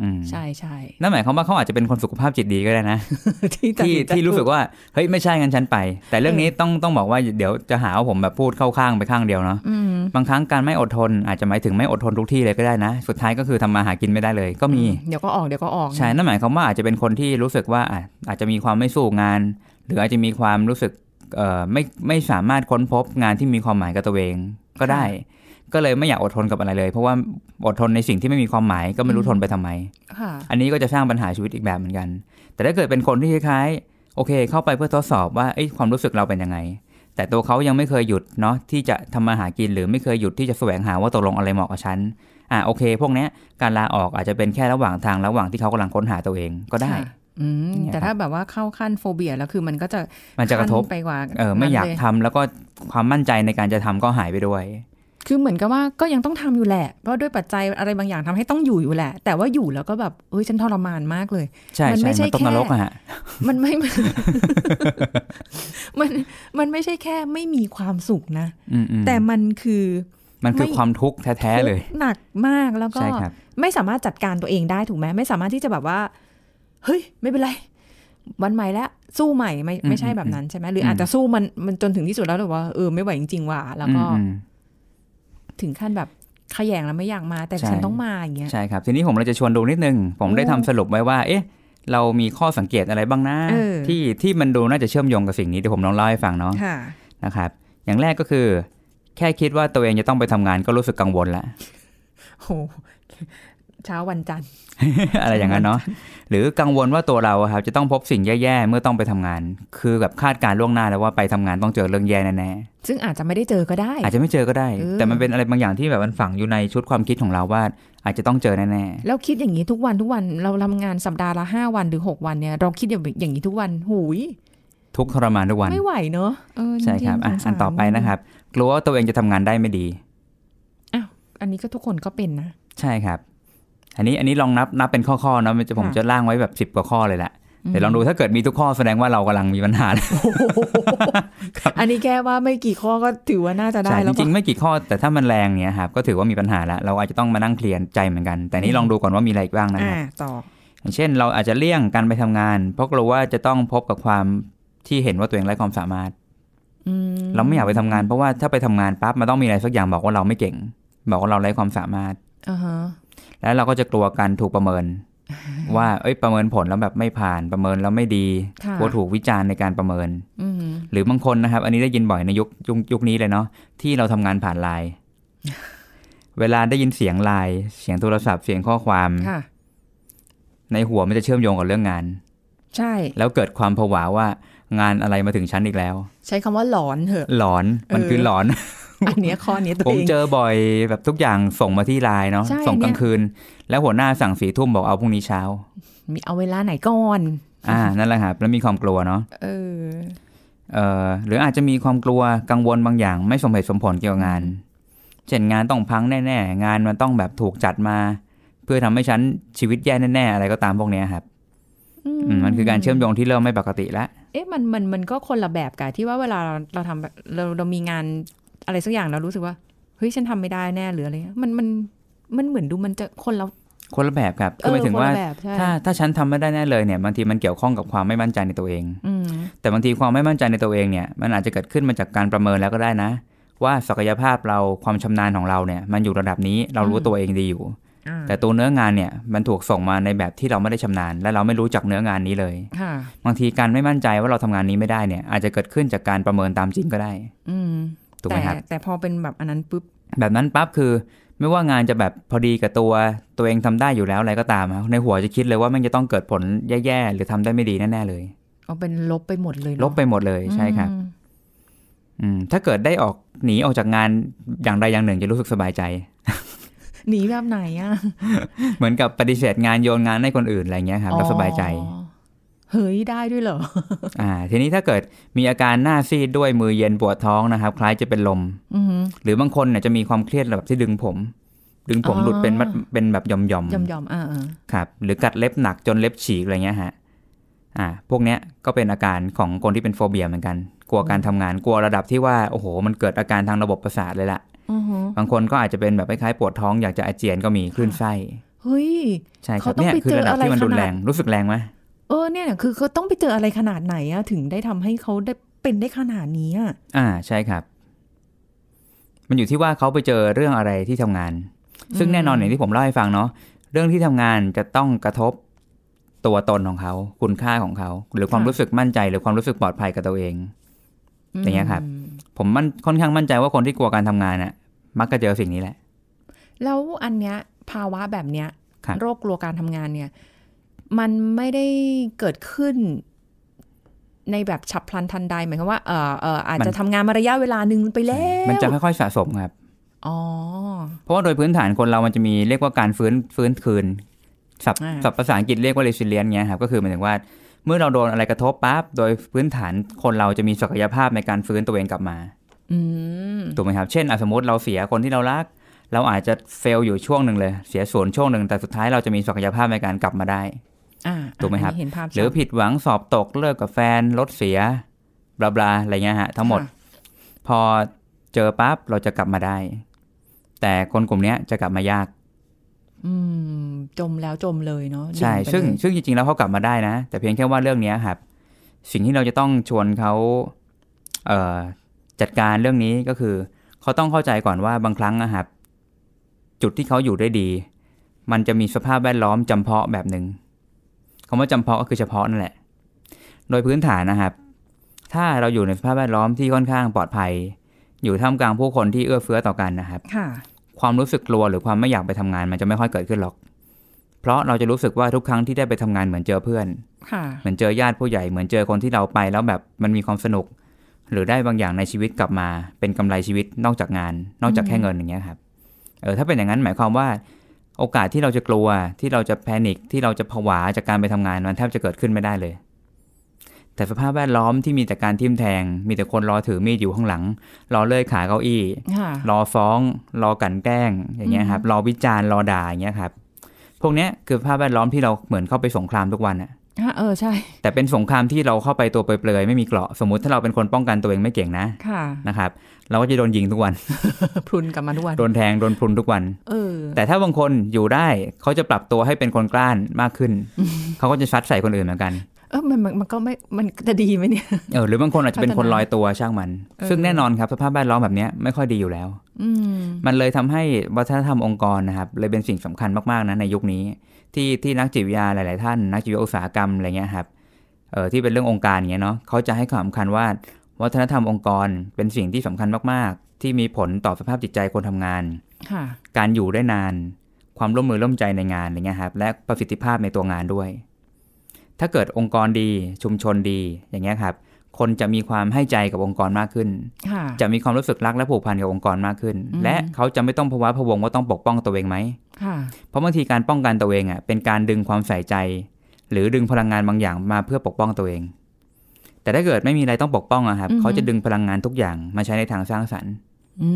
Speaker 2: อืม
Speaker 4: ใช่ใช่
Speaker 2: นั่นหมายความว่าเขาอาจจะเป็นคนสุขภาพจิตดีก็ได้นะ
Speaker 4: ที่ตัด
Speaker 2: ที่
Speaker 4: สินใจ
Speaker 2: ที่รู้สึกว่าเฮ้ยไม่ใช่งั้นฉันไป แต่เรื่องนี้ต้องต้องบอกว่าเดี๋ยวจะหาว่าผมแบบพูดเข้าข้างไปข้างเดียวเนาะ
Speaker 4: อืม
Speaker 2: บางครั้งการไม่อดทนอาจจะหมายถึงไม่อดทนทุกที่เลยก็ได้นะ สุดท้ายก็คือทำมาหากินไม่ได้เลย ก็มี
Speaker 4: เดี๋ยวก็ออกเดี๋ยวก็ออก
Speaker 2: ใช่นั่นหมายความว่าอาจจะเป็นคนที่รู้สึกว่าอ่ะอาจจะมีความไม่สู้งาน หรืออาจจะมีความรู้สึกเอ่อไม่ไม่สามารถค้นพบงานที่มีความหมายกับตัวเองก็ได้ ก็เลยไม่อยากอดทนกับอะไรเลย เพราะว่าอดทนในสิ่งที่ไม่มีความหมายก็ไม่รู้ทนไปทำไม
Speaker 4: ค่ะ
Speaker 2: อันนี้ก็จะสร้างปัญหาชีวิตอีกแบบเหมือนกัน แต่ถ้าเกิดเป็นคนที่คล้ายๆโอเค เข้าไปเพื่อทดสอบว่าเอ้ยความรู้สึกเราเป็นยังไง แต่ตัวเขายังไม่เคยหยุดเนาะที่จะทำมาหากินหรือไม่เคยหยุดที่จะแสวงหาว่าตกลงอะไรเหมาะกับฉันอ่ะโอเค พวกเนี้ยการลาออกอาจจะเป็นแค่ระหว่างทางระหว่างที่เขากำลังค้นหาตัวเองก็ได้
Speaker 4: ค่ะ อืม
Speaker 2: เนี่ย
Speaker 4: แต่ถ้าแบบว่าเข้าขั้นโฟเบียแล้วคือมันก็จะ
Speaker 2: มันจะกระทบ
Speaker 4: ขั้นไปกว่า
Speaker 2: เออไม่อยาก
Speaker 4: นั้นเล
Speaker 2: ทำแล้วก็ความมั่นใจในการจะทำก็หายไปด้วย
Speaker 4: คือเหมือนกับว่าก็ยังต้องทำอยู่แหละ เพราะด้วยปัจจัยอะไรบางอย่างทำให้ต้องอยู่อยู่แหละ แต่ว่าอยู่แล้วก็แบบเอ้ยฉันทรมานมากเลย
Speaker 2: ใช่
Speaker 4: มัน
Speaker 2: ใช่
Speaker 4: ไม่ใช่
Speaker 2: มันตกนรก
Speaker 4: แค่
Speaker 2: อะฮะ
Speaker 4: มันไม่ มันมันไม่ใช่แค่ไม่มีความสุขนะ
Speaker 2: อืมอืม
Speaker 4: แต่มันคือ
Speaker 2: มันคือความทุกข์แท้ๆเลย
Speaker 4: ทุกข์หนักมากแล้วก็
Speaker 2: ใช่ครับ
Speaker 4: ไม่สามารถจัดการตัวเองได้ถูกไหมไม่สามารถที่จะแบบว่า เฮ้ย ไม่เป็นไร วันใหม่แล้วสู้ใหม่ไม่
Speaker 2: อืม
Speaker 4: ไม่ใช่แบบนั้นใช่ไหมหรืออาจจะสู้มันมันจนถึงที่สุดแล้วหรือว่าเออไม่ไหวจริงๆว่ะแล้วก็
Speaker 2: อืมอืม
Speaker 4: ถึงขั้นแบบขยงแล้วไม่อยากมา แต่
Speaker 2: ใช่
Speaker 4: ฉันต้องมาอย่างเงี้ย
Speaker 2: ใช่ครับ ทีนี้ผมเราจะชวนดูนิดนึง ผมได้
Speaker 4: โอ้
Speaker 2: ทำสรุปไว้ว่า เอ๊ะ เรามีข้อสังเกตอะไรบ้างนะ
Speaker 4: เออ
Speaker 2: ที่ที่มันดูน่าจะเชื่อมโยงกับสิ่งนี้เดี๋ยวผมลองเล่าให้ฟังเนาะ
Speaker 4: ค่ะ
Speaker 2: นะครับ อย่างแรกก็คือ แค่คิดว่าตัวเองจะต้องไปทำงานก็รู้สึกกังวลละ
Speaker 4: โห เช้าวันจันทร์
Speaker 2: อะไรอย่างนั้น เนาะหรือกังวลว่าตัวเราอะครับจะต้องพบสิ่งแย่ๆเมื่อต้องไปทำงาน คือแบบคาดการณ์ล่วงหน้าแล้วว่าไปทำงานต้องเจอเรื่องแย่แน่ๆ
Speaker 4: ซึ่งอาจจะไม่ได้เจอก็ได้
Speaker 2: อาจจะไม่เจอก็ได้
Speaker 4: เออ
Speaker 2: แต่มันเป็นอะไรบางอย่างที่แบบมันฝังอยู่ในชุดความคิดของเราว่า อาจจะต้องเจอแน่
Speaker 4: แล้วคิดอย่างนี้ทุกวันทุกวันเราทำงานสัปดาห์ละห้าวันหรือหกวันเนี่ยเราคิดอย่างอย่างนี้ทุกวันหูย
Speaker 2: ๆทุกข์ทรมานทุกวัน
Speaker 4: ไม่ไหวเนอะเออจงๆ
Speaker 2: ใช่ครับอ่ะ
Speaker 4: สงสา
Speaker 2: อันต่อไปนะครับ กลัวว่าตัวเองจะทำงานได้ไม่ดี
Speaker 4: อันนี้ก็ทุกคนก็เป็นนะ
Speaker 2: ใช่ครับ อันนี้อันนี้ลองนับนับเป็นข้อๆนะมันจะผม
Speaker 4: ค่ะ
Speaker 2: จะร่างไว้แบบสิบ10 กว่าข้อเลยแหละเดี๋ยวลองดูถ้าเกิดมีทุกข้อแสดงว่าเรากำลังมีปัญหาเลย
Speaker 4: อันนี้แค่ว่าไม่กี่ข้อก็ถือว่าน่าจะได้
Speaker 2: ใช่จ
Speaker 4: แล้ว
Speaker 2: ริงๆ
Speaker 4: ปะ
Speaker 2: ไม่กี่ข้อแต่ถ้ามันแรงเนี้ยครับก็ถือว่ามีปัญหาละเราอาจจะต้องมานั่งเคลียร์ใจเหมือนกัน แต่นี่ลองดูก่อนว่ามีอะไรอีกบ้างนะค
Speaker 4: อ่า
Speaker 2: รับ
Speaker 4: ต่อ
Speaker 2: อย่างเช่น เราอาจจะเลี่ยงการไปทำงาน เพราะกลัวว่าจะต้องพบกับความที่เห็นว่าตัวเองไร้ความสามารถ
Speaker 4: อืม
Speaker 2: เราไม่อยากไปทำงานเพราะว่าถ้าไปทำงานปั๊บมันต้องมีอะไรสักอย่างบอกว่าเราไม่เก่ง บอกว่าเราไร้ความสามารถ
Speaker 4: อ่าฮะ
Speaker 2: แล้วเราก็จะกลัวการถูกประเมิ น ว่าเอ้ยประเมินผลแล้วแบบไม่ผ่านประเมินแล้วไม่ดี
Speaker 4: ค่ะ
Speaker 2: กลัวถูกวิจารณ์ในการประเมิน
Speaker 4: อืม
Speaker 2: หรือบางคนนะครับ อันนี้ได้ยินบ่อยในยุคยุคยุคนี้เลยเนาะที่เราทำงานผ่านไล น์ เวลาได้ยินเสียงไลน์เสียงโทรศัพท์เสียงข้อความ
Speaker 4: ค่ะ
Speaker 2: ในหัวมันจะเชื่อมโยงกับเรื่องงาน
Speaker 4: ใช่
Speaker 2: แล้วเกิดความผวาว่างานอะไรมาถึงฉันอีกแล้ว
Speaker 4: ใช้คำว่าหลอนเถอะ
Speaker 2: หลอนมัน
Speaker 4: เออ
Speaker 2: คือ หลอน
Speaker 4: อันเนี้ยข้อเนี้ยตัว
Speaker 2: ผม
Speaker 4: เอง
Speaker 2: เจอบ่อยแบบทุกอย่างส่งมาที่ไลน์เนาะ
Speaker 4: ใช่
Speaker 2: ส่งก
Speaker 4: เนี่
Speaker 2: ลาง
Speaker 4: ย
Speaker 2: คืน แล้วหัวหน้าสั่งสี่ทุ่มบอกเอาพรุ่งนี้เช้า
Speaker 4: มีเอาเวลาไหนก่อน
Speaker 2: อ่านั่นแหละครับแล้วมีความกลัวเนาะ
Speaker 4: เออ
Speaker 2: เอ่อหรืออาจจะมีความกลัวกังวลบางอย่าง ไม่สมเหตุสมผลเกี่ยวกับงาน เช่นงานต้องพังแน่ๆ งานมันต้องแบบถูกจัดมา เพื่อทำให้ฉันชีวิตแย่แน่ๆ อะไรก็ตามพวกเนี้ยครับ
Speaker 4: อื
Speaker 2: อืมมันคือการเชื่อมโยงที่เริ่มไม่ปกติแล้ว
Speaker 4: เอ๊ะมันมันมันก็คนละแบบกับที่ว่าเวลาเราเราทำแบบเราเรามีงานอะไรสักอย่างเรารู้สึกว่าเฮ้ยฉันทำไม่ได้แน่หรืออะไรเงี้ยมันมันมันเหมือนดูมันจะคนละ
Speaker 2: คนละแบบครับคือหมายถึง
Speaker 4: เคน
Speaker 2: ว่า
Speaker 4: ละแบบใช่
Speaker 2: ถ้าถ้าฉันทำไม่ได้แน่เลยเนี่ยบางทีมันเกี่ยวข้องกับความไม่มั่นใจในตัวเอง
Speaker 4: อืม
Speaker 2: แต่บางทีความไม่มั่นใจในตัวเองเนี่ยมันอาจจะเกิดขึ้นมาจากการประเมินแล้วก็ได้นะ ว่าศักยภาพเราความชำนาญของเราเนี่ยมันอยู่ระดับนี้เรารู้ตัวเองดีอยู่
Speaker 4: อ่า
Speaker 2: แต่ตัวเนื้องานเนี่ยมันถูกส่งมาในแบบที่เราไม่ได้ชำนาญ และเราไม่รู้จักเนื้องานนี้เลย
Speaker 4: ค่ะ
Speaker 2: บางทีการไม่มั่นใจว่าเราทำงานนี้ไม่ได้เนี่ยอาจจะเกิดขึ้นจากการประเมินตามจริงก็ได้
Speaker 4: อืม
Speaker 2: ถูกไห
Speaker 4: แต่
Speaker 2: มครับ
Speaker 4: แต่พอเป็นแบบอันนั้นปุ๊บ
Speaker 2: แบบนั้นปั๊บคือ ไม่ว่างานจะแบบพอดีกับตัวตัวเองทำได้อยู่แล้วอะไรก็ตามอะในหัวจะคิดเลยว่ามันจะต้องเกิดผลแย่ๆหรือทำได้ไม่ดีแน่ๆเลย
Speaker 4: เอาเป็นลบไปหมดเลยเนอะ
Speaker 2: ลบไปหมดเลยใช่ครับ
Speaker 4: อืม
Speaker 2: อืมถ้าเกิดได้ออกหนีออกจากงานอย่างใดอย่างหนึ่งจะรู้สึกสบายใจ
Speaker 4: หนีแบบไหนอ่ะ
Speaker 2: เหมือนกับปฏิเสธงานโยนงานให้คนอื่นอะไรเงี้ยครับเราสบายใจ
Speaker 4: อ๋อเฮ้ยได้ด้วยเหรอ
Speaker 2: อ่า ทีนี้ถ้าเกิดมีอาการหน้าซีดด้วยมือเย็นปวดท้องนะครับ คล้ายจะเป็นลม
Speaker 4: อือหือ
Speaker 2: หรือบางคนเนี่ยจะมีความเครียดแบบที่ดึงผม ดึงผม
Speaker 4: อ๋อ
Speaker 2: หลุดเป็นมัดเป็นแบบหย่อมๆ
Speaker 4: ยอมยอมอ่าอ่า
Speaker 2: ครับ หรือกัดเล็บหนักจนเล็บฉีกอะไรเงี้ยฮะอ่า พวกเนี้ยก็เป็นอาการของคนที่เป็นโฟเบียเหมือนกัน กลัวการทำงานกลัวระดับที่ว่าโอ้โห มันเกิดอาการทางระบบประสาทเลยล่ะ
Speaker 4: อือหือบ
Speaker 2: างคนก็อาจจะเป็นแบบคล้ายๆปวดท้องอยากจะอาเจียนก็มีคลื่นไส้
Speaker 4: เฮ้ย
Speaker 2: ใช่ครั
Speaker 4: เขา
Speaker 2: บ
Speaker 4: ต้อง
Speaker 2: เนี่ย
Speaker 4: ไป
Speaker 2: คือระดับ
Speaker 4: เจออะไร
Speaker 2: ที่มันรุน
Speaker 4: ขนาด
Speaker 2: แรงรู้สึกแรงไหม
Speaker 4: เออเนี่ยคือเขาต้องไปเจออะไรขนาดไหนอะถึงได้ทำให้เขาได้เป็นได้ขนาดนี้อะ
Speaker 2: อ่าใช่ครับ มันอยู่ที่ว่าเขาไปเจอเรื่องอะไรที่ทำงาน ซึ่งแน่นอนอย่างที่ผมเล่าให้ฟังเนาะเรื่องที่ทำงานจะต้องกระทบตัวตนของเขา คุณค่าของเขา หรือความรู้สึกมั่นใจ หรือความรู้สึกปลอดภัยกับตัวเอง อย่างเงี้ยครับ
Speaker 4: ม
Speaker 2: ผมมันค่อนข้างมั่นใจว่าคนที่กลัวการทำงานน่ะ มักจะเจอสิ่งนี้แหละ
Speaker 4: แล้วอันเนี้ยภาวะแบบเนี้ย
Speaker 2: ครับ
Speaker 4: โรคกลัวการทำงานเนี่ย มันไม่ได้เกิดขึ้น ในแบบฉับพลันทันใดหมายความว่าเออเอออาจจะทำงานมาระยะเวลาหนึ่งไปแล้ว
Speaker 2: มันจะค่อยๆสะสมครับ
Speaker 4: อ๋อ
Speaker 2: เพราะว่าโดยพื้นฐานคนเรามันจะมีเรียกว่าการฟื้นฟื้นคืนศัพท์
Speaker 4: อ่า
Speaker 2: ศัพท์ภาษาอังกฤษเรียกว่า resilience เงี้ยครับก็คือหมายถึงว่า เมื่อเราโดนอะไรกระทบปั๊บโดยพื้นฐานคนเราจะมีศักยภาพในการฟื้นตัวเองกลับมา
Speaker 4: อืม
Speaker 2: ถูกไหมครับเช่นอ่ะสมมติเราเสียคนที่เรารัก เราอาจจะเฟลอยู่ช่วงหนึ่งเลย เสียส่วนย์ช่วงหนึ่งแต่สุดท้ายเราจะมีศักยภาพในการกลับมาได้
Speaker 4: อ่า
Speaker 2: ถูกไหมครับ
Speaker 4: อันนี้เห็นภาพชัด
Speaker 2: หรือผิดหวังสอบตกเลิกกับแฟนรถเสียบลาบลาอะไรเงี้ยฮะทั้งหมด
Speaker 4: ค่ะ
Speaker 2: พอเจอปั๊บเราจะกลับมาได้ แต่คนกลุ่มเนี้ยจะกลับมายาก
Speaker 4: อืม จมแล้วจมเลยเนาะ
Speaker 2: ใช่
Speaker 4: ดิ่ไป
Speaker 2: ซึ่ง
Speaker 4: เลย
Speaker 2: ซึ่งจริงๆ แล้วเขากลับมาได้นะ แต่เพียงแค่ว่าเรื่องเนี้ยครับ สิ่งที่เราจะต้องชวนเขาเอ่อจัดการเรื่องนี้ก็คือ เขาต้องเข้าใจก่อนว่าบางครั้งนะครับ จุดที่เขาอยู่ได้ดี มันจะมีสภาพแวดล้อมจำเพาะแบบหนึ่งคำว่าจำเพาะก็คือเฉพาะนั่นแหละ โดยพื้นฐานนะครับ ถ้าเราอยู่ในสภาพแวดล้อมที่ค่อนข้างปลอดภัย อยู่ท่ามกลางผู้คนที่เอื้อเฟื้อต่อกันนะครับ
Speaker 4: ค่ะ
Speaker 2: ความรู้สึกกลัวหรือความไม่อยากไปทำงานมันจะไม่ค่อยเกิดขึ้นหรอก เพราะเราจะรู้สึกว่าทุกครั้งที่ได้ไปทำงานเหมือนเจอเพื่อน
Speaker 4: ค่ะ
Speaker 2: เหมือนเจอญาติผู้ใหญ่เหมือนเจอคนที่เราไปแล้วแบบมันมีความสนุก หรือได้บางอย่างในชีวิตกลับมา เป็นกำไรชีวิตนอกจากงาน นอกจากแค่เงินอย่างเงี้ยครับเออถ้าเป็นอย่างนั้นหมายความว่า โอกาสที่เราจะกลัวที่เราจะแพนิคที่เราจะผวาจากการไปทำงานมันแทบจะเกิดขึ้นไม่ได้เลย แต่สภาพแวดล้อมที่มีแต่การทิ่มแทง มีแต่คนรอถือมีดอยู่ข้างหลัง รอเลื่อยขาเก้าอี้
Speaker 4: ค่ะ
Speaker 2: รอฟ้องรอกลันแกล้งอย่างเงี้ยครับรอวิจารณ์รอด่าอย่างเงี้ยครับพวกเนี้ยคือภาพแวดล้อมที่เราเหมือนเข้าไปสงครามทุกวันอะ
Speaker 4: ฮะเออใช่
Speaker 2: แต่เป็นสงครามที่เราเข้าไปตัวเปลือยๆไม่มีเกราะสมมติถ้าเราเป็นคนป้องกันตัวเองไม่เก่งนะ
Speaker 4: ค่ะ
Speaker 2: นะครับเราก็จะโดนยิงทุกวัน
Speaker 4: พรุนกลับมาด้วย
Speaker 2: โดนแทงโดนพรุนทุกวัน
Speaker 4: เออ
Speaker 2: แต่ถ้าบางคนอยู่ได้เขาจะปรับตัวให้เป็นคนกล้านมาก ขึ้น เขาก็จะซัดใส่คนอื่นเหมือนกัน
Speaker 4: เออมันมันมันก็ไม่ มันจะดีไหมเนี่ย
Speaker 2: เออหรือบางคนอาจจะเป็นคน
Speaker 4: พัฒนา
Speaker 2: ลอยตัวช่างมัน
Speaker 4: เออ
Speaker 2: ซึ่งแน่นอนครับสภาพแวดล้อมแบบเนี้ยไม่ค่อยดีอยู่แล้ว
Speaker 4: อืม
Speaker 2: มันเลยทำให้วัฒนธรรมองค์กรนะครับเลยเป็นสิ่งสำคัญมากๆนะในยุคนี้ ที่ที่นักจิตวิทยาหลาย ๆ ท่านนักจิตวิทยาอุตสาหกรรมอะไรเงี้ยครับเออที่เป็นเรื่ององค์การอย่างเงี้ยเนาะเขาจะให้ความสำคัญว่า วัฒนธรรมองค์กรเป็นสิ่งที่สำคัญมากๆ ที่มีผลต่อสภาพจิตใจคนทำงาน
Speaker 4: ค่ะ
Speaker 2: การอยู่ได้นาน ความร่วมมือร่วมใจในงานอะไรเงี้ยครับและประสิทธิภาพในตัวงานด้วย ถ้าเกิดองค์กรดีชุมชนดีอย่างเงี้ยครับคนจะมีความให้ใจกับองค์กรมากขึ้น
Speaker 4: ค่ะ
Speaker 2: จะมีความรู้สึกรักและผูกพันกับองค์กรมากขึ้น
Speaker 4: อืม
Speaker 2: และเขาจะไม่ต้องพะวาพะวงว่าต้องปกป้องตัวเองไหม
Speaker 4: ค่ะ
Speaker 2: เพราะบางทีการป้องกันตัวเองอ่ะเป็นการดึงความใส่ใจ หรือดึงพลังงานบางอย่างมาเพื่อปกป้องตัวเอง แต่ถ้าเกิดไม่มีอะไรต้องปกป้องอะครับ
Speaker 4: อือฮึ
Speaker 2: เขาจะดึงพลังงานทุกอย่างมาใช้ในทางสร้างสรรค์
Speaker 4: อื